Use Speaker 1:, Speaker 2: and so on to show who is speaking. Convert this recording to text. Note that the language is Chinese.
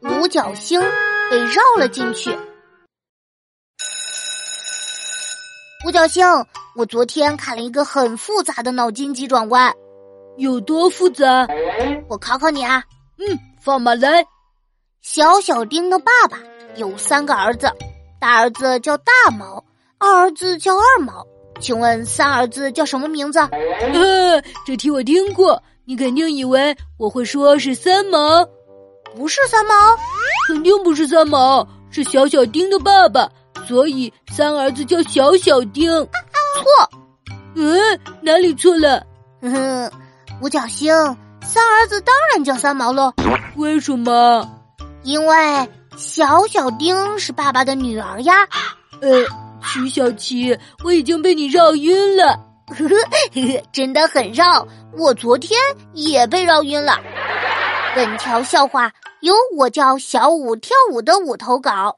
Speaker 1: 独角星给绕了进去。独角星，我昨天看了一个很复杂的脑筋急转弯，
Speaker 2: 有多复杂？
Speaker 1: 我考考你啊！
Speaker 2: 嗯，放马来。
Speaker 1: 小小丁的爸爸有三个儿子，大儿子叫大毛，二儿子叫二毛。请问三儿子叫什么名字？
Speaker 2: 呃，这题我听过，你肯定以为哎我会说是三毛，
Speaker 1: 不是三毛，
Speaker 2: 肯定不是三毛，是小小丁的爸爸，所以三儿子叫小小丁。
Speaker 1: 错。
Speaker 2: 嗯，哪里错了？
Speaker 1: 哼嗯哼，独角星，三儿子当然叫三毛喽，
Speaker 2: 为什么？
Speaker 1: 因为小小丁是爸爸的女儿呀。
Speaker 2: 呃，曲小琪，我已经被你绕晕了。
Speaker 1: 呵呵，真的很绕，我昨天也被绕晕了。本条笑话由我叫小五跳舞的五投稿。